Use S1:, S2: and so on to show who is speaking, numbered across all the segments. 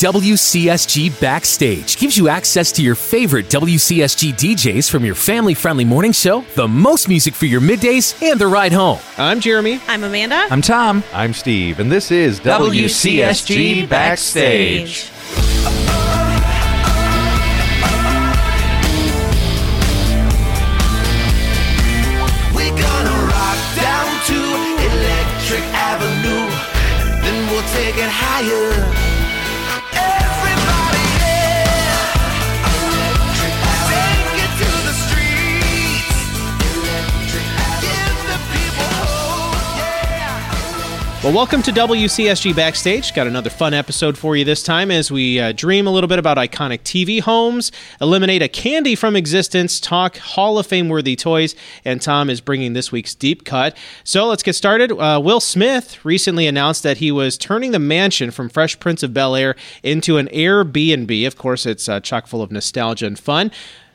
S1: WCSG Backstage gives you access to your favorite WCSG DJs from your family friendly morning show, the most music for your middays, and the ride home.
S2: I'm Jeremy.
S3: I'm Amanda.
S4: I'm Tom.
S5: I'm Steve, and this is
S4: WCSG Backstage.
S6: We're gonna rock down to Electric Avenue, then we'll take it higher. Everybody, yeah. Electric Take it to the streets. Electric Give the people hope, yeah.
S2: Well, welcome to WCSG Backstage. Got another fun episode for you this time as we uh, dream a little bit about iconic TV homes, eliminate a candy from existence, talk Hall of Fame worthy toys, and Tom is bringing this week's deep cut. So let's get started. Uh, Will Smith recently announced that he was turning the mansion from Fresh Prince of Bel Air into an Airbnb. Of course, it's uh, chock full of nostalgia and fun.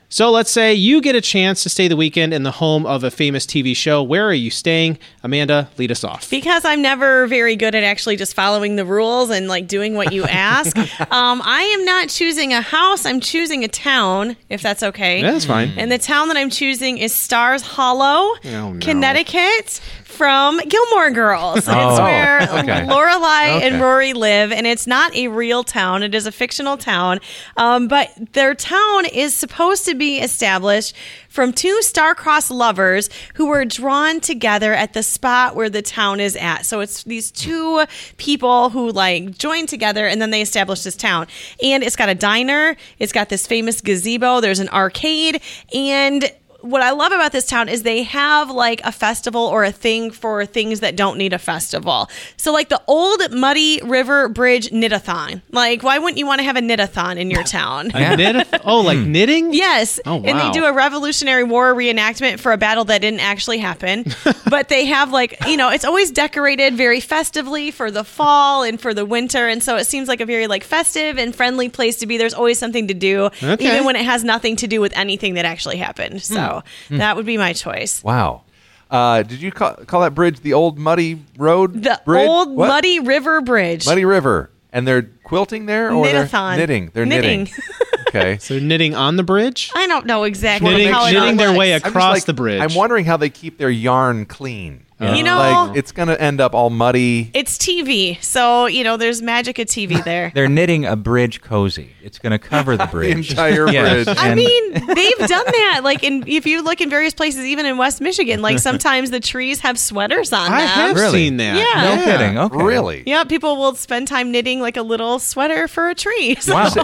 S2: So let's say you get a chance to stay the weekend in the home of a famous TV show. Where are you staying? Amanda, lead us off.
S3: Because I'm never very good at actually just following the rules and like doing what you ask, um, I am not choosing a house. I'm choosing a town, if that's okay.
S2: Yeah, that's fine.
S3: And the town that I'm choosing is Stars Hollow,
S2: no.
S3: Connecticut. From Gilmore Girls. it's
S4: Oh,
S3: where
S5: okay.
S3: Lorelai
S5: Okay.
S3: and Rory live, and it's not a real town. It is a fictional town. Um, but their town is supposed to be established from two star-crossed lovers who were drawn together at the spot where the town is at. So it's these two people who like join together and then they establish this town. And it's got a diner, it's got this famous gazebo, there's an arcade, and what I love about this town is they have like a festival or a thing for things that don't need a festival. So like the old Muddy River Bridge knitathon. Like why wouldn't you want to have a knitathon in your town?
S2: A knit- oh, like
S5: Hmm.
S2: knitting?
S3: Yes.
S2: Oh,
S3: And they
S2: wow.
S3: do a Revolutionary War reenactment for a battle that didn't actually happen. but they have, like, you know, it's always decorated very festively for the fall and for the winter. And so it seems like a very, like, festive and friendly place to be. There's always something to do,
S2: Okay. Hmm.
S3: even when it has nothing to do with anything that actually happened. So that would be my choice.
S5: Wow. Uh, did you call, call that bridge the old muddy road?
S3: The
S5: bridge?
S3: old
S5: What?
S3: Muddy River Bridge.
S5: muddy river, and they're quilting there, or
S3: Knit-a-thon.
S5: they're knitting. They're knitting.
S3: Knitting.
S5: okay.
S2: So knitting on the bridge?
S3: I don't know exactly
S2: Knitting-
S3: how it all
S2: knitting their way
S3: looks.
S5: I'm just
S2: Across
S5: like-
S2: the bridge.
S5: I'm wondering how they keep their yarn clean.
S3: You know-
S5: like it's gonna end up all muddy.
S3: It's TV. So, you know, there's magic of TV there.
S4: They're knitting a bridge cozy. It's going to cover the bridge.
S5: entire
S4: Yes.
S5: bridge.
S3: I
S4: And-
S3: mean, they've done that. Like, in if you look in various places, even in West Michigan, like sometimes the trees have sweaters on
S2: I
S3: them.
S2: have
S4: Really?
S2: seen that.
S3: Yeah.
S4: No kidding. Okay.
S5: Really?
S3: Yeah, people will spend time knitting like a little sweater for a tree. So-
S4: Wow.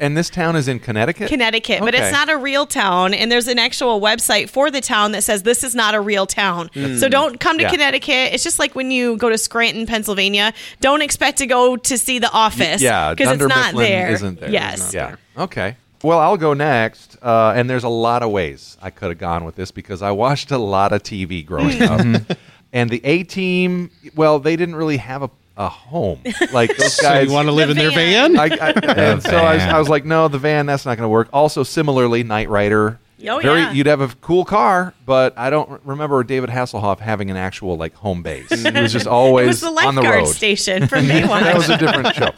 S5: And this town is in Connecticut.
S3: Connecticut, but it's
S5: Okay.
S3: not a real town. And there's an actual website for the town that says this is not a real town. So don't come to
S5: Hmm. Yeah.
S3: Connecticut. It's just like when you go to Scranton, Pennsylvania. Don't expect to go to see the office.
S5: Yeah,
S3: because it's
S5: Dunder
S3: not
S5: Mifflin
S3: there.
S5: Isn't there?
S3: Yes.
S5: Yeah. Okay. Well, I'll go next, uh, and there's a lot of ways I could have gone with this because I watched a lot of TV
S3: Hmm.
S5: growing
S3: Mm-hmm.
S5: up, and the A Team. Well, they didn't really have a, a home like those
S2: So
S5: guys.
S2: you want to live in their
S3: van. Uh,
S2: van?
S5: I, I, and so I was, I was like, no, the van that's not going to work. Also, similarly, Knight Rider.
S3: Oh,
S5: Very,
S3: yeah.
S5: You'd have a cool car, but I don't remember David Hasselhoff having an actual like home base. it was just
S3: It
S5: always
S3: was the
S5: on the
S3: lifeguard
S5: road.
S3: station from Baywatch.
S5: that was a different show.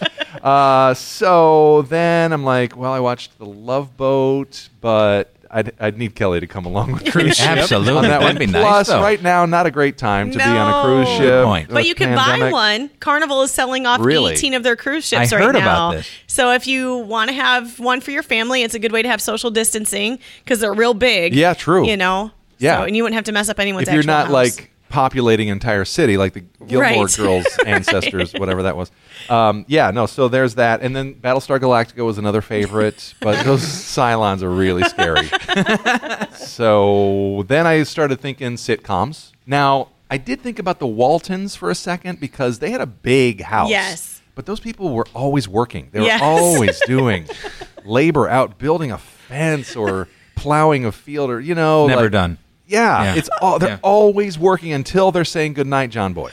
S5: Uh, so then I'm like, well, I watched The Love Boat, but I'd, I'd need Kelly to come along with cruise ship.
S4: Absolutely.
S5: on that one.
S4: That'd be nice,
S5: Plus,
S4: though.
S5: right now, not a great time to be on a cruise
S3: No.
S5: ship.
S3: Good
S4: point.
S3: But you
S5: can
S3: can buy one. Carnival is selling off
S5: Really?
S3: 18 of their cruise ships
S4: I
S3: right
S4: heard
S3: now.
S4: about this.
S3: So if you want to have one for your family, it's a good way to have social distancing because they're real big.
S5: Yeah, true.
S3: You know?
S5: Yeah.
S3: So- and you wouldn't have to mess up anyone's
S5: If you're
S3: actual
S5: not
S3: house.
S5: like populating entire city like the Gilmore
S3: Right.
S5: Girls ancestors, whatever that was. Um, yeah, no. So there's that, and then Battlestar Galactica was another favorite, but those Cylons are really scary. so then I started thinking sitcoms. Now I did think about the Waltons for a second because they had a big house.
S3: Yes.
S5: But those people were always working. They were
S3: Yes.
S5: always doing labor out building a fence or plowing a field or you know
S4: Never
S5: like-
S4: done.
S5: yeah,
S4: Yeah.
S5: it's all they're
S4: Yeah.
S5: always working until they're saying goodnight, John Boy.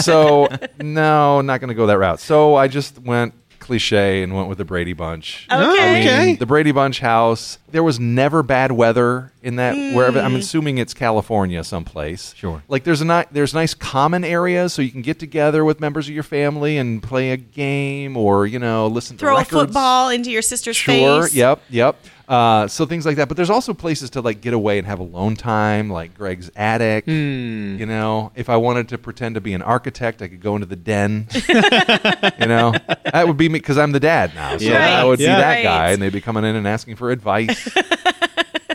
S5: so no, not going to go that route. So I just went cliche and went with the Brady Bunch.
S3: Oh, Okay.
S2: Oh, okay.
S5: The Brady Bunch house. There was never bad weather in that
S3: Hmm.
S5: wherever. I'm assuming it's California someplace.
S4: Sure.
S5: Like there's a ni- there's nice common areas so you can get together with members of your family and play a game or you know listen
S3: Throw
S5: to
S3: a
S5: records.
S3: football into your sister's
S5: Sure.
S3: face.
S5: Yep. Yep. Uh, so things like that, but there's also places to like get away and have alone time, like Greg's attic.
S3: Hmm.
S5: You know, if I wanted to pretend to be an architect, I could go into the den. you know, that would be me because I'm the dad now, so
S2: Yeah.
S5: I would be
S2: Right,
S5: that
S3: right.
S5: guy, and they'd be coming in and asking for advice.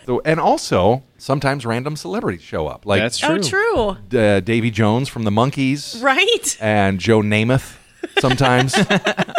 S5: so, and also sometimes random celebrities show up, like
S2: That's
S3: Oh,
S2: True.
S3: true.
S5: uh, Davy Jones from the Monkees
S3: Right.
S5: and Joe Namath. Sometimes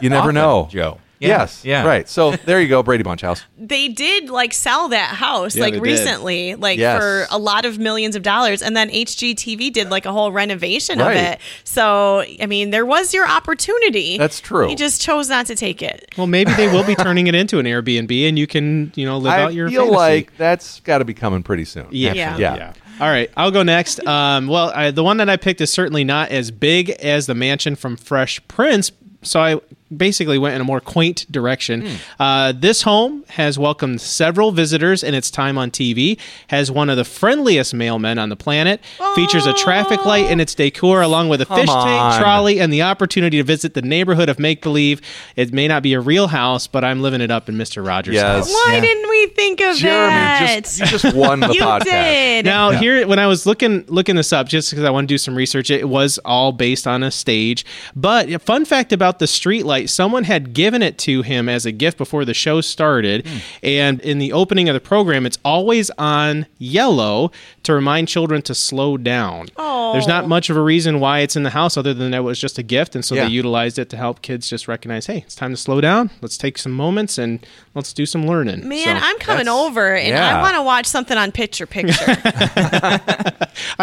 S5: you never know,
S4: Joe. Yeah,
S5: oh, Yes.
S4: yeah.
S5: Right. So there you go, Brady Bunch house.
S3: They did like sell that house
S2: Yeah,
S3: like
S2: they did.
S3: recently, like
S5: Yes.
S3: for a lot of millions of dollars. And then HGTV did like a whole renovation
S5: Right.
S3: of it. So, I mean, there was your opportunity.
S5: That's true.
S3: You just chose not to take it.
S2: Well, maybe they will be turning it into an Airbnb, and you can you know live
S5: I
S2: out your.
S5: feel
S2: fantasy.
S5: like that's got to be coming pretty soon.
S2: Yeah.
S3: Yeah.
S5: Yeah.
S2: All right, I'll go next. Um, well, I, the one that I picked is certainly not as big as the mansion from Fresh Prince, so I basically went in a more quaint direction.
S5: Hmm.
S2: Uh, this home has welcomed several visitors in its time on TV, has one of the friendliest mailmen on the planet, features a traffic light in its decor, along with a fish
S5: on.
S2: tank, trolley, and the opportunity to visit the neighborhood of make believe. It may not be a real house, but I'm living it up in Mr. Rogers'
S5: Yes.
S2: house.
S3: Why
S4: Yeah.
S3: didn't we think of
S5: Jeremy,
S3: that?
S5: just, you just won the
S3: you
S5: podcast.
S3: did.
S2: Now, here when I was looking looking this up, just because I want to do some research, it was all based on a stage. But a fun fact about the streetlight: someone had given it to him as a gift before the show started, and in the opening of the program, it's always on yellow to remind children to slow down.
S3: Oh.
S2: There's not much of a reason why it's in the house other than that it was just a gift, and so
S5: Yeah.
S2: they utilized it to help kids just recognize, hey, it's time to slow down. Let's take some moments and let's do some learning.
S3: Man,
S2: So-
S3: I'm coming
S5: that's-
S3: over and
S5: yeah.
S3: I want to watch something on picture picture.
S2: I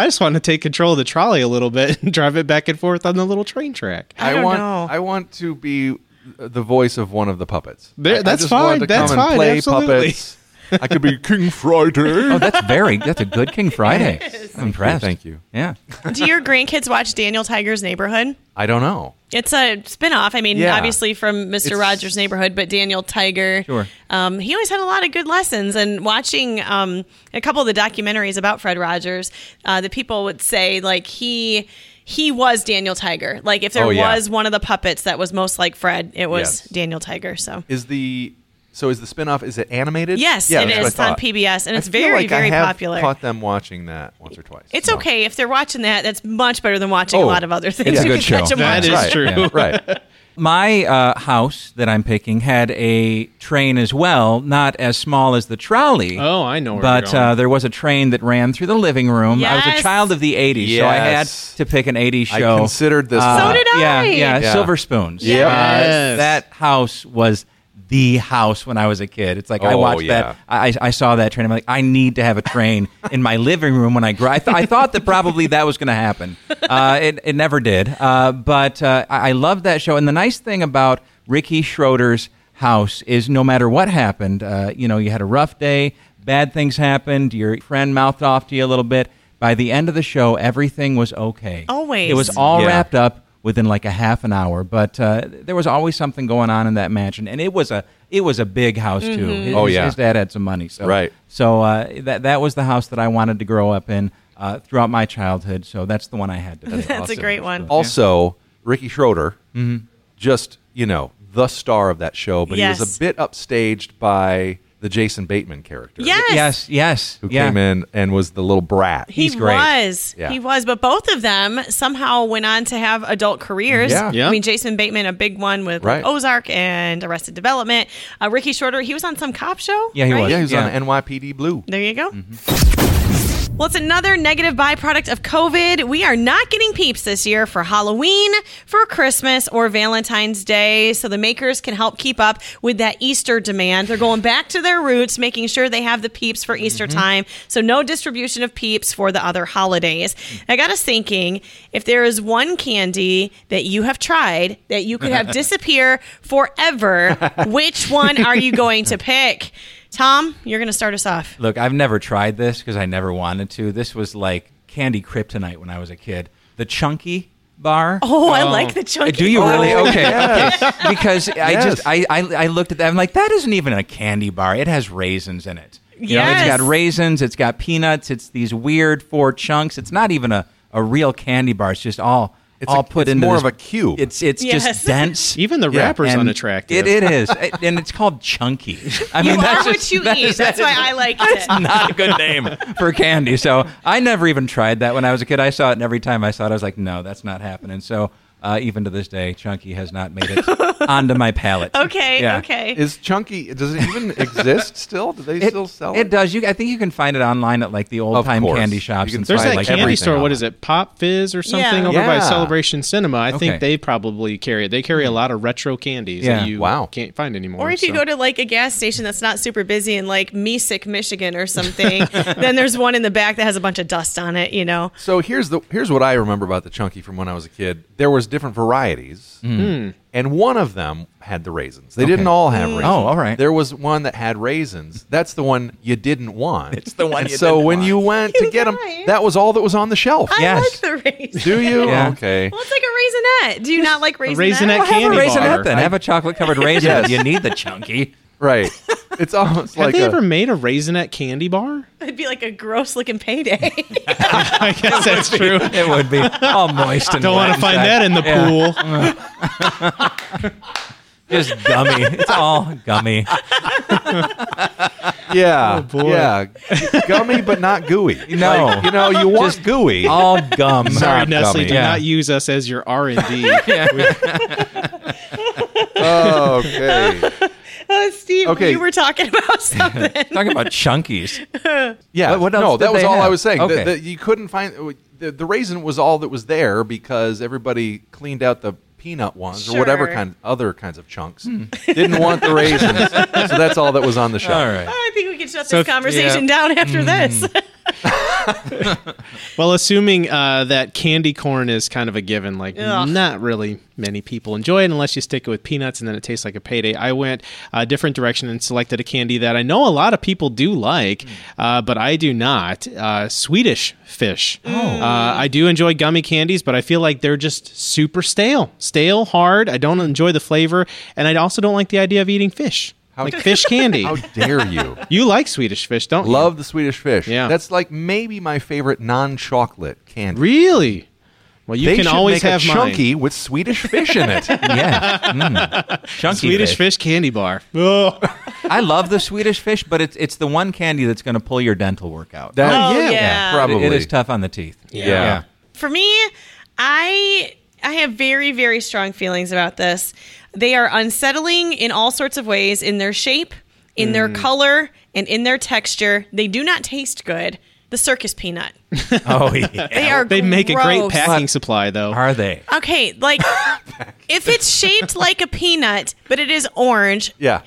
S2: just want to take control of the trolley a little bit and drive it back and forth on the little train track.
S3: I don't
S5: want.
S3: know.
S5: I want to be the voice of one of the puppets.
S2: There-
S5: I- I
S2: that's
S5: just want
S2: fine,
S5: to
S2: that's
S5: come and
S2: fine,
S5: Play
S2: absolutely.
S5: puppets. I could be King Friday.
S4: Oh, that's very. That's a good King Friday. I'm impressed.
S5: Thank you.
S4: Yeah.
S3: Do your grandkids watch Daniel Tiger's Neighborhood?
S5: I don't know.
S3: It's a spinoff. I mean,
S5: Yeah.
S3: obviously from Mr.
S5: It's-
S3: Rogers' Neighborhood, but Daniel Tiger.
S4: Sure.
S3: Um, he always had a lot of good lessons. And watching um, a couple of the documentaries about Fred Rogers, uh, the people would say like he he was Daniel Tiger. Like if there
S5: Oh, yeah.
S3: was one of the puppets that was most like Fred, it was
S5: Yes.
S3: Daniel Tiger. So.
S5: Is the so is the spinoff? Is it animated?
S3: Yes,
S5: Yeah,
S3: it
S5: that's what I
S3: is It's on
S5: thought.
S3: PBS, and
S5: I
S3: it's
S5: feel
S3: very,
S5: like
S3: very
S5: I have
S3: popular.
S5: Caught them watching that once or twice.
S3: It's
S5: So-
S3: okay if they're watching that. That's much better than watching a
S5: Oh,
S3: lot of other things.
S4: a
S3: You
S4: good
S3: can
S4: show.
S3: catch 'em
S2: That
S3: watching.
S2: is
S5: Right,
S2: true.
S4: yeah.
S5: Right.
S4: My uh, house that I'm picking had a train as well, not as small as the trolley.
S2: Oh, I know where
S4: But
S2: you're going.
S4: Uh, there was a train that ran through the living room. I was
S3: Yes.
S4: a child of the 80s, so I had
S5: Yes.
S4: to pick an 80s
S5: I
S4: show.
S5: considered this
S4: Uh,
S3: So
S5: one.
S3: did I.
S4: Yeah, yeah,
S5: Yeah.
S4: Silver Spoons.
S5: Yep.
S4: Uh,
S2: Yes.
S4: that house was the house when I was a kid. It's like I
S5: Oh,
S4: watched
S5: yeah.
S4: that. I, I saw that train. I'm like, I need to have a train in my living room when I grow. I, th- I thought that probably that was going to happen. Uh, it, it never did. Uh, but uh, I, I loved that show. And the nice thing about Ricky Schroeder's house is no matter what happened, uh, you know, you had a rough day, bad things happened, your friend mouthed off to you a little bit. By the end of the show, everything was okay.
S3: Always.
S4: It was all
S5: Yeah.
S4: wrapped up within like a half an hour. But uh, there was always something going on in that mansion, and it was a it was a big house too.
S3: Mm-hmm.
S4: His,
S5: Oh, yeah.
S4: his dad had some money, so
S5: Right.
S4: So uh, that that was the house that I wanted to grow up in uh, throughout my childhood. So that's the one I had to. pick.
S3: That's a great one.
S5: Also, Ricky Schroeder,
S4: Mm-hmm.
S5: just you know, the star of that show, but he
S3: Yes.
S5: was a bit upstaged by the Jason Bateman character,
S3: Yes.
S4: Yes, yes,
S5: who
S4: yeah.
S5: came in and was the little brat.
S3: He
S4: He's great.
S3: was.
S5: Yeah.
S3: He was. But both of them somehow went on to have adult careers.
S5: Yeah.
S2: Yeah.
S3: I mean, Jason Bateman, a big one with
S5: Right.
S3: Ozark and Arrested Development. Uh, Ricky Shorter, he was on some cop show.
S4: Yeah, he
S3: right?
S4: was.
S5: yeah, he was
S4: Yeah.
S5: on NYPD Blue.
S3: There you go. Well, it's another negative byproduct of COVID. We are not getting peeps this year for Halloween, for Christmas, or Valentine's Day. So the makers can help keep up with that Easter demand. They're going back to their roots, making sure they have the peeps for Easter time. So no distribution of peeps for the other holidays. I got us thinking if there is one candy that you have tried that you could have disappear forever, which one are you going to pick? Tom, you're going to start us off.
S4: Look, I've never tried this because I never wanted to. This was like candy kryptonite when I was a kid. The chunky bar.
S3: Oh, I like the chunky.
S4: Uh, Do you
S3: bar.
S4: really? Okay,
S5: Oh, yes.
S4: okay. Because I
S5: Yes.
S4: just I, I I looked at that. I'm like, that isn't even a candy bar. It has raisins in it. You know, it's
S3: Yes.
S4: got raisins. It's got peanuts. It's these weird four chunks. It's not even a, a real candy bar. It's just all
S5: It's
S4: all
S5: a-
S4: put
S5: it's
S4: into
S5: more
S4: this-
S5: of a cube.
S4: It's it's
S3: Yes.
S4: just dense.
S2: Even the
S5: Yeah,
S2: wrapper's
S4: and
S2: unattractive.
S4: It, it is, It- and it's called chunky. I
S3: You
S4: mean,
S3: are
S4: that's
S3: what
S4: just-
S3: you
S4: that
S3: eat.
S4: is-
S3: That's
S4: that
S3: why
S4: is-
S3: I like it.
S4: it's not a good name for candy. So I never even tried that when I was a kid. I saw it, and every time I saw it, I was like, no, that's not happening. So uh, even to this day, Chunky has not made it onto my palate.
S3: Okay,
S4: Yeah.
S3: okay.
S5: Is Chunky? Does it even exist still? Do they
S4: It,
S5: still sell it?
S4: it does. You, I think you can find it online at like the old time
S5: course.
S4: candy
S5: You
S4: shops.
S5: can
S4: and
S2: There's
S4: stuff
S5: Right,
S2: that
S4: like
S2: candy
S4: everything
S2: store. What
S4: online.
S2: is it? Pop Fizz or something
S3: Yeah.
S2: over by
S5: Yeah.
S2: Celebration Cinema. I think
S4: Okay. Hmm.
S2: they probably carry it. They carry a lot of retro candies
S4: Yeah.
S2: that you
S5: Wow.
S2: can't find anymore.
S3: Or if you
S2: so.
S3: go to like a gas station that's not super busy in like Mesic, Michigan or something, then there's one in the back that has a bunch of dust on it, you know.
S5: So here's the here's what I remember about the chunky from when I was a kid. There was different varieties,
S4: Hmm.
S5: and one of them had the raisins. They didn't all have raisins.
S4: Oh, all right.
S5: There was one that had raisins. That's the one you didn't want. It's
S4: the one
S5: And
S4: you
S5: so
S4: didn't
S5: when
S4: want.
S5: you went to
S3: You're
S5: get them,
S3: right.
S5: that was all that was on the shelf.
S3: I
S4: Yes.
S3: like the raisin.
S5: Do you?
S4: Yeah.
S5: Okay.
S3: Well, it's like a raisinette. Do you not like raisinette?
S2: Raisinette
S4: Well, have a
S2: Candy
S4: raisin
S2: bar.
S4: then. Have a chocolate covered raisin.
S5: Yes.
S4: You need the chunky.
S5: Right. It's almost
S2: Have
S5: like
S2: they
S5: a-
S2: ever made a raisinette candy bar?
S3: It'd be like a gross looking payday.
S2: I guess that's true.
S4: It would be all moist and
S2: Don't
S4: want
S2: want to find that in the
S4: Yeah.
S2: pool.
S4: Just gummy. It's all gummy.
S5: yeah,
S2: boy.
S5: yeah, gummy but not gooey.
S4: Oh, No.
S5: Like, you know you want
S4: Just
S5: gooey.
S4: All gum.
S2: Sorry,
S5: Not
S2: Nestle.
S5: gummy.
S2: Do
S4: Yeah.
S2: not use us as your R and D.
S5: okay.
S3: oh, Steve,
S5: Okay.
S3: you were talking about something.
S4: Talking about chunkies.
S5: Yeah.
S4: What- what else
S5: no,
S4: did
S5: that was
S4: they
S5: all I
S4: have?
S5: was saying. The-
S4: Okay.
S5: the- you couldn't find uh, the, the raisin was all that was there because everybody cleaned out the peanut ones or whatever
S3: Sure.
S5: kind other kinds of chunks.
S4: Hmm.
S5: Didn't want the raisins, so that's all that was on the shelf.
S4: All right.
S3: I think we can shut
S2: So
S3: this
S2: if-
S3: conversation down after
S4: Mm.
S3: this.
S2: well, assuming uh, that candy corn is kind of a given, like
S3: Ugh.
S2: not really many people enjoy it unless you stick it with peanuts and then it tastes like a payday. I went a different direction and selected a candy that I know a lot of people do like, uh, but I do not. Uh, Swedish fish. Oh. Uh, I do enjoy gummy candies, but I feel like they're just super stale, stale, hard. I don't enjoy the flavor, and I also don't like the idea of eating fish. like fish candy.
S5: How dare you?
S2: you like Swedish fish, don't you?
S5: Love the Swedish fish.
S2: Yeah.
S5: That's like maybe my favorite non-chocolate candy.
S2: Really? Well, you
S5: they
S2: can
S5: should
S2: always
S5: make
S2: have
S5: a
S2: mine.
S5: chunky with Swedish fish in it.
S4: Yeah. Mm. Chunky
S2: Swedish fish candy bar. Oh,
S4: I love the Swedish fish, but it's it's the one candy that's going to pull your dental work out.
S5: That-
S3: Oh, yeah.
S5: Probably.
S4: It- it is tough on the teeth.
S5: Yeah.
S3: For me, I I have very very strong feelings about this. They are unsettling in all sorts of ways in their shape, in their
S2: Mm.
S3: color, and in their texture. They do not taste good. The circus peanut.
S4: Oh yeah.
S3: They are
S2: they make a great
S3: gross.
S2: packing supply, though.
S4: Are they?
S3: Okay, like if it's shaped like a peanut, but it is orange,
S5: Yeah.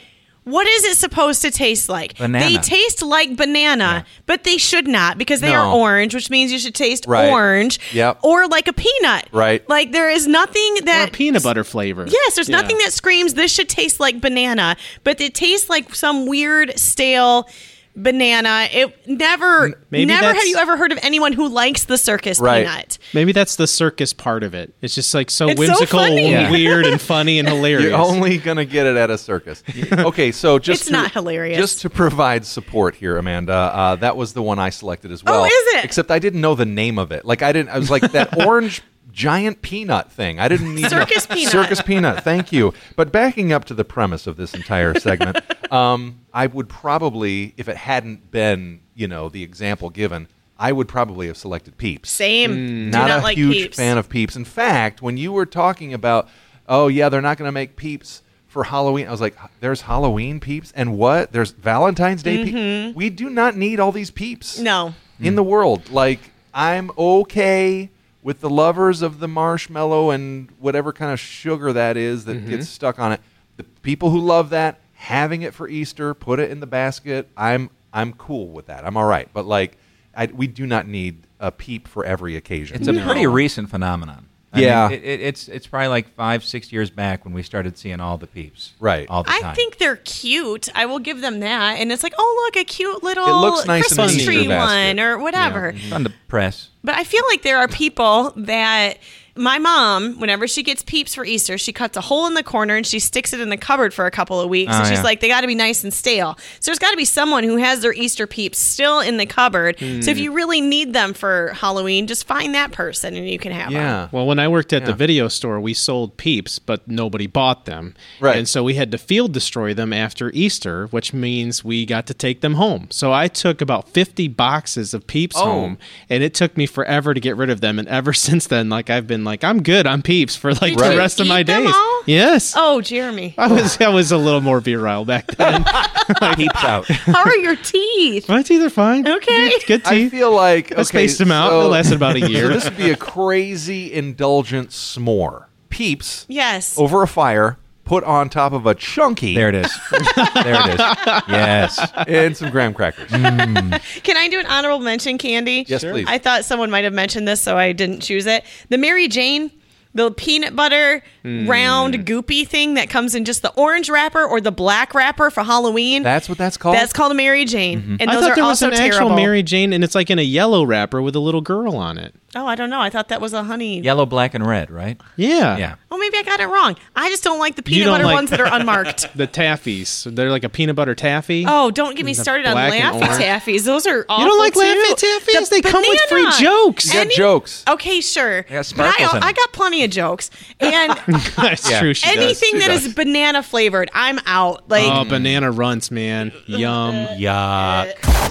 S3: What is it supposed to taste like?
S4: Banana.
S3: They taste like banana, but they should not because they
S5: No.
S3: are orange, which means you should taste
S5: Right.
S3: orange
S5: Yep.
S3: or like a peanut.
S5: Right.
S3: Like there is nothing
S2: Or
S3: that
S2: peanut butter flavor.
S3: Yes, there's
S2: Yeah.
S3: nothing that screams this should taste like banana, but it tastes like some weird stale banana. It never
S2: maybe
S3: never
S2: that's-
S3: have you ever heard of anyone who likes the circus
S5: Right.
S3: peanut.
S2: Maybe that's the circus part of it. It's just like so
S3: It's so
S2: whimsical,
S3: funny.
S2: and weird, and funny and hilarious.
S5: You're only gonna get it at a circus. Okay, so just
S3: It's
S5: to-
S3: not hilarious.
S5: Just to provide support here, Amanda, uh, that was the one I selected as well.
S3: Oh, is it?
S5: Except I didn't know the name of it. Like I didn't. I was like that orange giant peanut thing. I didn't need
S3: Circus peanut.
S5: Circus peanut. Thank you. But backing up to the premise of this entire segment, um, I would probably, if it hadn't been, you know, the example given, I would probably have selected Peeps
S2: Mm.
S3: Same. Do
S5: Mm. not,
S3: not
S5: a
S3: like
S5: huge
S3: peeps.
S5: fan of peeps. In fact, when you were talking about, oh yeah, they're not going to make peeps for Halloween, I was like, there's Halloween peeps, and what? There's Valentine's Day peeps. We do not need all these peeps.
S3: Mm-hmm. No.
S5: in the world, like I'm okay with the lovers of the marshmallow and whatever kind of sugar that is that
S2: Mm-hmm.
S5: gets stuck on it. The people who love that having it for Easter, put it in the basket. I'm I'm cool with that. I'm all right. But like, I, we do not need a peep for every occasion.
S4: It's a pretty recent phenomenon.
S5: Yeah.
S4: mean, it, it, it's it's probably like five six years back when we started seeing all the peeps.
S5: Right.
S4: All the time.
S3: I think they're cute. I will give them that. And it's like, oh look, a cute little
S5: It looks nice in the
S3: Christmas
S5: Easter
S3: tree
S5: basket. Mm-hmm.
S3: one or whatever.
S4: Fun to press.
S3: But I feel like there are people that my mom, whenever she gets peeps for Easter, she cuts a hole in the corner and she sticks it in the cupboard for a couple of weeks.
S4: Oh,
S3: and she's
S4: yeah.
S3: like, they got to be nice and stale. So there's got to be someone who has their Easter peeps still in the cupboard.
S5: Mm.
S3: So if you really need them for Halloween, just find that person and you can have them.
S5: Yeah.
S2: Well, when I worked at the
S5: Yeah.
S2: video store, we sold peeps, but nobody bought them.
S5: Right.
S2: And so we had to field destroy them after Easter, which means we got to take them home. So I took about 50 boxes of peeps
S5: Oh.
S2: home, and it took me forever to get rid of them. And ever since then, like, I've been like, I'm good on peeps for like
S3: Did
S2: the
S3: you
S2: rest of
S3: eat
S2: my
S3: them
S2: days.
S3: all?
S2: Yes.
S3: Oh, Jeremy,
S2: I was I was a little more virile back then.
S4: Peeps out.
S3: how are your teeth?
S2: My teeth are fine.
S3: Okay.
S2: Good
S5: I
S2: teeth.
S5: feel like okay,
S2: I spaced them out.
S5: So,
S2: It lasted about a
S5: so
S2: year.
S5: this would be a crazy indulgent s'more. Peeps
S3: Yes.
S5: over a fire, put on top of a chunky
S4: There it is. There it is. Yes.
S5: and some graham crackers.
S3: Can I do an honorable mention, Candy?
S5: Yes, Sure. please.
S3: I thought someone might have mentioned this, so I didn't choose it. The Mary Jane, the peanut butter
S2: Hmm.
S3: round goopy thing that comes in just the orange wrapper or the black wrapper for Halloween.
S5: That's what that's called.
S3: That's called a Mary Jane, and
S2: I
S3: those
S2: thought
S3: are
S2: there was
S3: also
S2: an
S3: terrible.
S2: actual Mary Jane, and it's like in a yellow wrapper with a little girl on it.
S3: oh, I don't know. I thought that was a honey.
S4: Yellow, black, and red, right?
S2: Yeah.
S4: Yeah.
S3: Oh, maybe I got it wrong. I just don't like the
S2: You
S3: peanut
S2: don't
S3: butter
S2: like-
S3: ones that are unmarked.
S2: The taffies. They're like a peanut butter taffy.
S3: Oh, don't get me started on
S2: black and
S3: Laffy
S2: orange.
S3: Taffies. Those are awful.
S2: like
S3: too.
S2: Laffy Taffies? They come with free
S3: banana.
S2: jokes. You
S5: got jokes.
S3: Okay, sure.
S4: got
S3: but I,
S4: sparkles in 'em.
S3: I got plenty of jokes. And
S2: That's true. She does.
S3: anything
S5: She
S3: that is
S5: does.
S3: banana flavored, I'm out. Like
S2: Oh, banana runts, man. Yum.
S4: Yuck.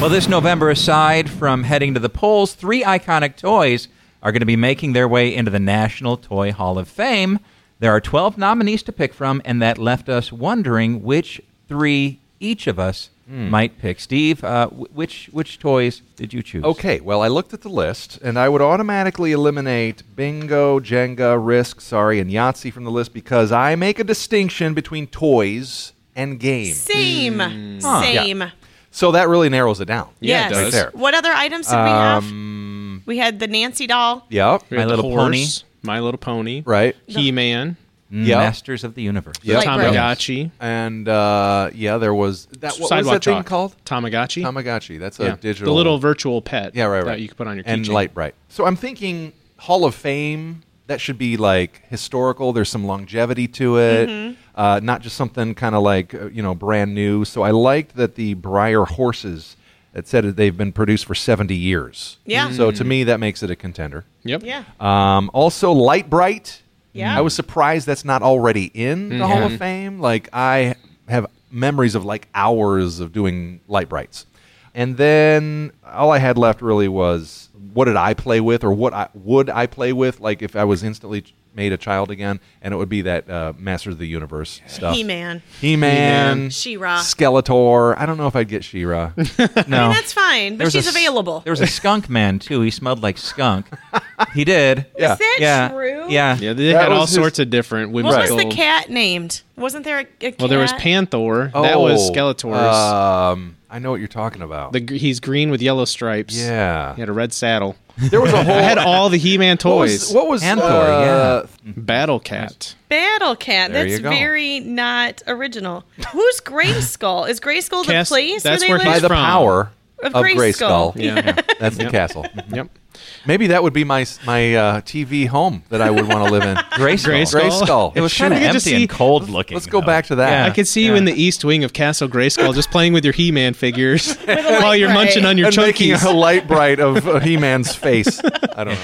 S4: Well, this November, aside from heading to the polls, three iconic toys are going to be making their way into the National Toy Hall of Fame. There are 12 nominees to pick from, and that left us wondering which three each of us
S2: Hmm.
S4: might pick. Steve, uh, wh- which which toys did you choose?
S5: Okay, well, I looked at the list, and I would automatically eliminate Bingo, Jenga, Risk, sorry, and Yahtzee from the list because I make a distinction between toys and games.
S3: same, same.
S5: So that really narrows it down.
S2: Yeah, it
S3: yes.
S2: does. Right
S5: there.
S3: What other items did we have? we had the Nancy doll.
S5: Yep.
S2: We had
S4: My
S2: the
S4: Little
S2: horse, My Little Pony.
S5: Right.
S2: He Man.
S4: Mm,
S5: Yep.
S4: Masters of the Universe.
S5: Yep.
S3: Like
S2: Tamagotchi.
S5: And uh, yeah, there was that. What was
S2: Sidewalk
S5: that thing
S2: chalk.
S5: called?
S2: Tamagotchi.
S5: Tamagotchi. That's a
S2: Yeah.
S5: digital.
S2: The little virtual pet.
S5: Yeah, right, right.
S2: That you can put on your
S5: and
S2: keychain.
S5: light bright. So I'm thinking Hall of Fame. That should be like historical. There's some longevity to it, uh, not just something kind of like uh, you know brand new. So I liked that the Briar horses. It said that they've been produced for 70 years.
S3: Yeah.
S5: So
S2: Mm.
S5: to me, that makes it a contender.
S2: Yep.
S3: Yeah.
S5: Um, also, Light Bright.
S3: Yeah. Mm-hmm.
S5: I was surprised that's not already in the Hall of Fame. Like, I have memories of like hours of doing Light Brights. And then all I had left really was what did I play with or what I, would I play with? Like, if I was instantly ch- made a child again, and it would be that uh, Masters of the Universe stuff.
S3: He Man.
S5: He Man.
S3: She-Ra.
S5: Skeletor. I don't know if I'd get She Ra.
S4: No.
S3: That's fine, but
S4: There was a
S3: she's
S4: s-
S3: available.
S4: There was a skunk man too. He smelled like skunk. he did.
S5: Yeah.
S3: Is that
S4: yeah.
S3: true?
S4: Yeah.
S2: Yeah, they
S5: That
S2: had all
S5: was his-
S2: sorts of different
S3: What
S2: whimsical.
S3: was the cat named? Wasn't there a, a cat?
S2: Well, there was Panther. that was
S5: Oh,
S2: Skeletor's.
S5: Um, I know what you're talking about.
S2: the, gr- he's green with yellow stripes.
S5: Yeah.
S2: He had a red saddle.
S5: there was a whole.
S2: I had all the He-Man
S5: What
S2: toys.
S5: was, what was
S4: And
S5: uh,
S4: Thor, yeah.
S2: Battle Cat.
S3: Battle Cat.
S5: There
S3: That's
S5: you go.
S3: very not original. Who's Grayskull? Is Grayskull the
S2: Cass-
S3: place
S2: that's
S3: where
S2: where
S3: they
S2: he's
S5: by
S3: live?
S5: the
S2: from.
S5: power
S3: Of
S5: of,
S3: Grayskull.
S5: Grayskull.
S2: Yeah.
S5: That's the castle.
S2: yep.
S5: Maybe that would be my my uh, TV home that I would want to live in.
S4: Grayskull.
S2: Grayskull.
S5: Grayskull.
S4: It was
S2: Sure,
S4: kind of
S2: we could
S4: empty
S2: just see-
S4: and cold looking.
S5: Let's go
S4: though.
S5: back to that.
S4: Yeah.
S2: I could see you in the east wing of Castle Grayskull just playing with your He-Man figures while you're
S3: light ray.
S2: munching on your
S5: and making
S2: chunkies.
S5: a light bright of uh, He-Man's face. I don't know.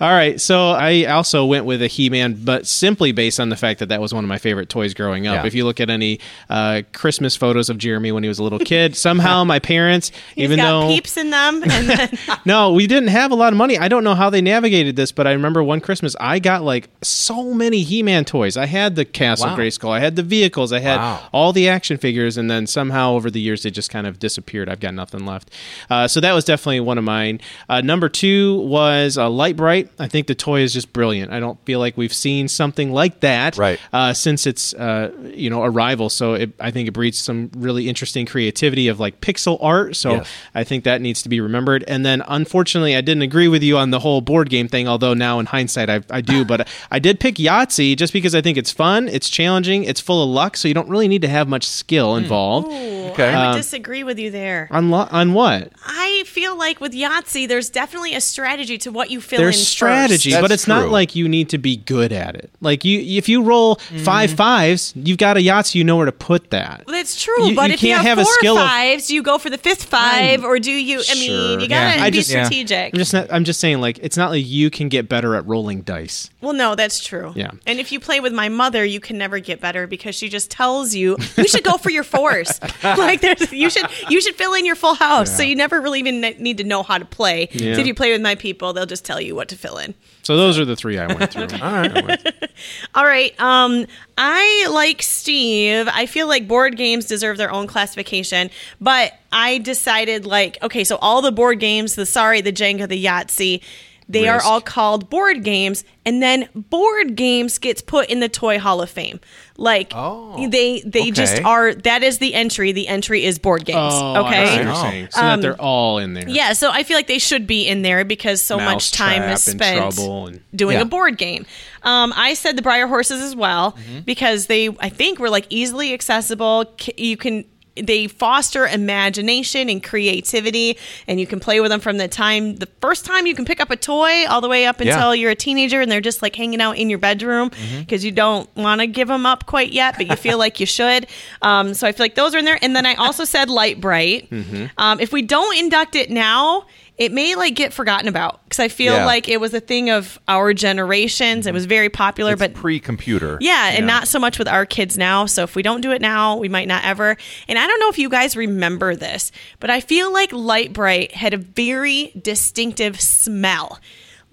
S2: All right, so I also went with a He-Man, but simply based on the fact that that was one of my favorite toys growing up.
S5: Yeah.
S2: If you look at any uh, Christmas photos of Jeremy when he was a little kid, somehow my parents, even
S3: He's got
S2: though
S3: peeps in them, and then
S2: No, we didn't have a lot of money. I don't know how they navigated this, but I remember one Christmas I got like so many He-Man toys. I had the Castle
S4: Wow.
S2: Grayskull, I had the vehicles, I had
S5: Wow.
S2: all the action figures, and then somehow over the years they just kind of disappeared. I've got nothing left. Uh, so that was definitely one of mine. Uh, number two was uh, Light Bright. I think the toy is just brilliant. I don't feel like we've seen something like that
S5: Right.
S2: uh, since its uh, you know arrival. So it, I think it breeds some really interesting creativity of like pixel art. So
S5: Yes.
S2: I think that needs to be remembered. And then, unfortunately, I didn't agree with you on the whole board game thing, although now in hindsight, I, I do. But I did pick Yahtzee
S5: Hmm.
S2: just because I think it's fun, it's challenging, it's full of luck, so you don't really need to have much skill involved.
S5: Okay.
S3: I would
S5: Um,
S3: disagree with you there.
S2: On lo- on what?
S3: I feel like with Yahtzee, there's definitely a strategy to what you fill in.
S2: There's
S3: first.
S2: strategy,
S5: That's
S2: but it's not
S5: true.
S2: like you need to be good at it. Like you, if you roll
S5: Mm-hmm.
S2: five fives, you've got a Yahtzee. You know where to put that.
S3: That's true,
S2: You-
S3: but
S2: you
S3: if you
S2: can't have
S3: have,
S2: a
S3: four
S2: skill of-
S3: fives, do you go for the fifth five, or do you? I mean,
S2: Sure.
S3: you gotta
S4: Yeah.
S3: be
S4: I just- yeah.
S3: strategic.
S2: I'm just not, I'm just saying like it's not like you can get better at rolling dice.
S3: Well, no, that's true.
S2: Yeah.
S3: And if you play with my mother, you can never get better because she just tells you you should go for your fours. like there's you should you should fill in your full house. So you never really even ne- need to know how to play.
S2: Yeah.
S3: If you play with my people, they'll just tell you what to fill in.
S2: So those are the three I went through.
S5: All right.
S3: All right. Um, I like Steve. I feel like board games deserve their own classification, but I decided like, okay, so all the board games, the sorry, the Jenga, the Yahtzee, they are
S2: Risk.
S3: all called board games, and then board games gets put in the toy hall of fame. Like
S5: Oh,
S3: they they just
S5: okay.
S3: are that is the entry. The entry is board games.
S2: Oh, I see
S3: okay.
S2: what you're
S5: Oh.
S2: saying. So that they're all in there.
S3: Yeah, so I feel like they should be in there because so much time
S2: Mousetrap
S3: is
S2: and
S3: spent
S2: Trouble and-
S3: doing
S4: Yeah.
S3: a board game. Um, I said the Briar Horses as well
S5: Mm-hmm.
S3: because they, I think, were like easily accessible. K- You can. They foster imagination and creativity, and you can play with them from the time the first time you can pick up a toy all the way up
S5: Yeah. Mm-hmm.
S3: until you're a teenager and they're just like hanging out in your bedroom because you don't want to give them up quite yet, but you feel like you should. Um, so I feel like those are in there. And then I also said Light Bright.
S5: Mm-hmm.
S3: Um, if we don't induct it now, it may like get forgotten about because I feel
S5: Yeah.
S3: like it was a thing of our generations.
S2: Mm-hmm.
S3: It was very popular, but
S5: pre-computer.
S3: yeah, and not so much with our kids now. So if we don't do it now, we might not ever. And I don't know if you guys remember this, but I feel like Light Bright had a very distinctive smell.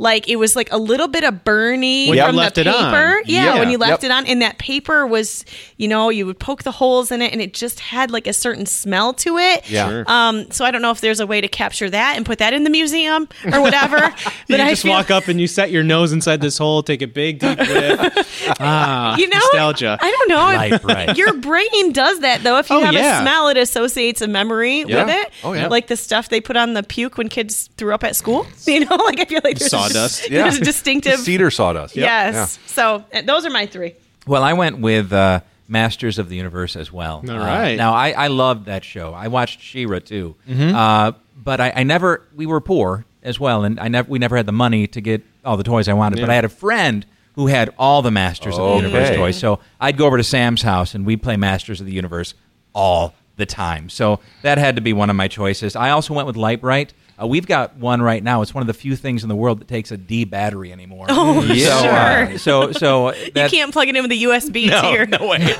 S3: Like it was like a little bit of burny
S2: When you
S3: from
S2: left
S3: the
S2: it
S3: paper.
S2: on.
S3: Yeah,
S5: Yeah.
S3: when you left
S5: Yep.
S3: it on, and that paper was, you know, you would poke the holes in it, and it just had like a certain smell to it.
S5: Yeah. Sure.
S3: Um. So I don't know if there's a way to capture that and put that in the museum or whatever.
S2: You
S3: but I
S2: just
S3: feel-
S2: walk up and you set your nose inside this hole, take a big deep whiff. ah,
S3: you know,
S2: nostalgia.
S3: I don't know.
S4: Light bright.
S3: Your brain does that though. If you
S2: Oh,
S3: have
S2: yeah.
S3: a smell, it associates a memory
S5: Yeah.
S3: with it.
S5: Oh, yeah.
S3: Like the stuff they put on the puke when kids threw up at school. You know, like I feel like there's
S2: Sawdust.
S3: A, there's a distinctive.
S5: cedar sawdust.
S3: Yes. So uh, those are my three.
S4: Well, I went with uh, Masters of the Universe as well.
S2: All
S4: Uh,
S2: right. Mm-hmm.
S4: now I, I loved that show. I watched Shira too, uh, but I, I never. We were poor as well, and I never. We never had the money to get all the toys I wanted. But I had a friend who had all the Masters of the Universe
S5: Okay.
S4: toys, so I'd go over to Sam's house and we'd play Masters of the Universe all the time. So that had to be one of my choices. I also went with Light Bright. Uh, we've got one right now. It's one of the few things in the world that takes a D battery anymore. Oh,
S3: sure.
S4: So, uh, so, so that-
S3: you can't plug it in with a USB to your.
S4: no way.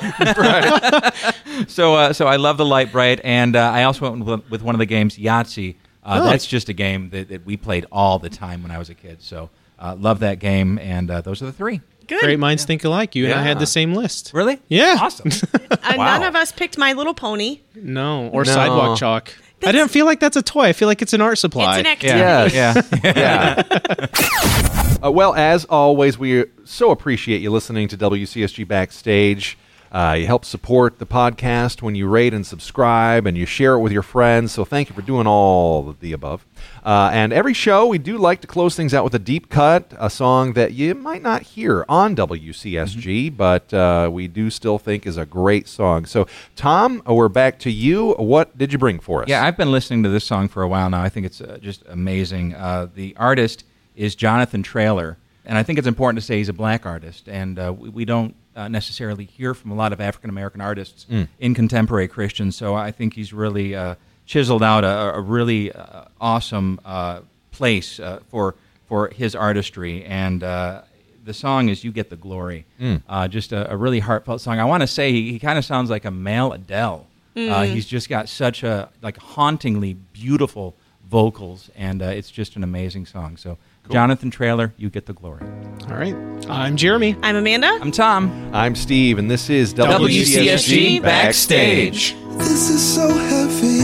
S4: so, uh, so I love the light bright, and uh, I also went with, with one of the games Yahtzee. Uh, That's just a game that, that we played all the time when I was a kid. So, uh, love that game, and uh, those are the three.
S3: Good.
S2: Great minds think alike. You and I had
S5: Yeah.
S2: the same list.
S4: Really?
S2: Yeah.
S4: Awesome.
S3: Uh,
S5: Wow.
S3: None of us picked My Little Pony.
S2: No, or
S5: No.
S2: sidewalk chalk. I
S3: That's-
S2: didn't feel like that's a toy. I feel like it's an art supply.
S3: It's an activity.
S5: Yeah.
S4: yeah.
S5: yeah. uh, well, as always, we so appreciate you listening to WCSG Backstage. Uh, you help support the podcast when you rate and subscribe and you share it with your friends. So thank you for doing all of the above. Uh, and every show, we do like to close things out with a deep cut, a song that you might not hear on WCSG, but uh, we do still think is a great song. So, Tom, uh, we're back to you. What did you bring for us?
S4: Yeah, I've been listening to this song for a while now. I think it's uh, just amazing. Uh, the artist is Jonathan Trailer, and I think it's important to say he's a black artist, and uh, we, we don't uh, necessarily hear from a lot of African American artists
S5: Mm.
S4: in contemporary Christian. So I think he's really uh, chiseled out a, a really uh, awesome uh, place uh, for for his artistry and. Uh, the song is "You Get the Glory,"
S5: Hmm.
S4: uh, just a, a really heartfelt song. I want to say he, he kind of sounds like a male Adele. Uh, he's just got such a like hauntingly beautiful vocals, and uh, it's just an amazing song. So, Jonathan Trailer, "You Get the Glory."
S2: All right. I'm Jeremy.
S3: I'm Amanda.
S4: I'm Tom.
S5: I'm Steve, and this is
S2: WCSG
S4: Backstage.
S6: This is so heavy.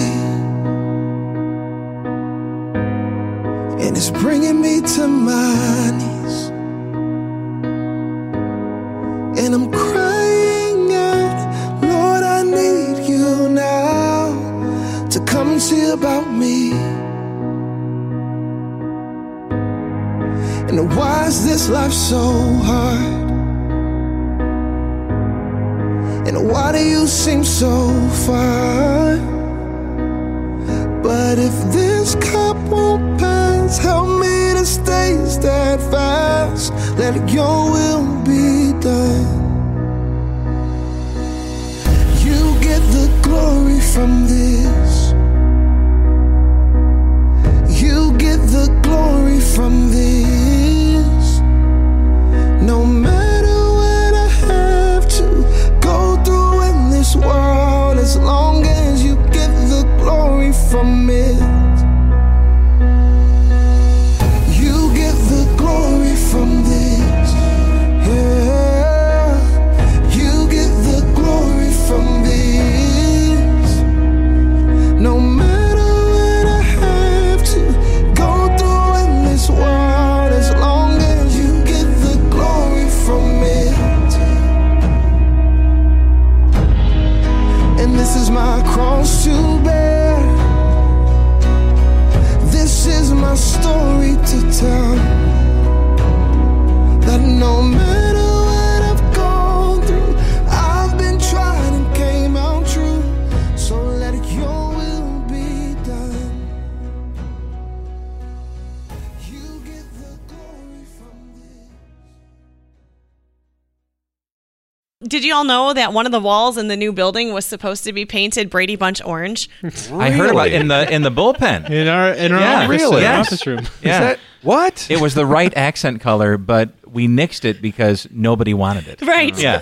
S6: And it's bringing me to my knees. And I'm crying out, Lord, I need you now to come and see about me. And why is this life so hard? And why do you seem so far
S7: But if this cup won't pass, help me to stay steadfast. Let your will be done. You get the glory from this. You get the glory from this. No matter what I have to go through in this world, as long as you get the glory from it. You get the glory from this. Yeah. You get the glory from this. No matter what I have to go through in this world, as long as you get the glory from it. And this is my cross to bear. This is my story to tell. That no matter what I've gone through, I've been tried and came out true. So let your will be done. You get the glory from this.
S3: Did you all know that one of the walls in the new building was supposed to be painted Brady Bunch orange?
S4: I heard about
S5: Really?
S4: in the in the bullpen.
S2: in our in our
S4: Yeah.
S2: office,
S5: Really?
S2: in our
S4: Yes.
S2: office room.
S4: Yeah.
S5: Is that, what?
S4: It was the right accent color, but we nixed it because nobody wanted it.
S3: Right.
S4: Yeah.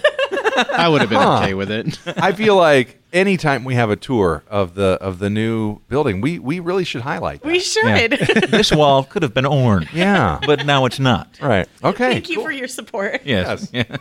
S2: I would have been okay with it.
S5: I feel like anytime we have a tour of the of the new building, we we really should highlight that.
S3: We should.
S4: this wall could have been orange,
S5: yeah.
S4: but now it's not.
S5: Right. Okay.
S3: Thank you for your support.
S4: Yes. Yeah.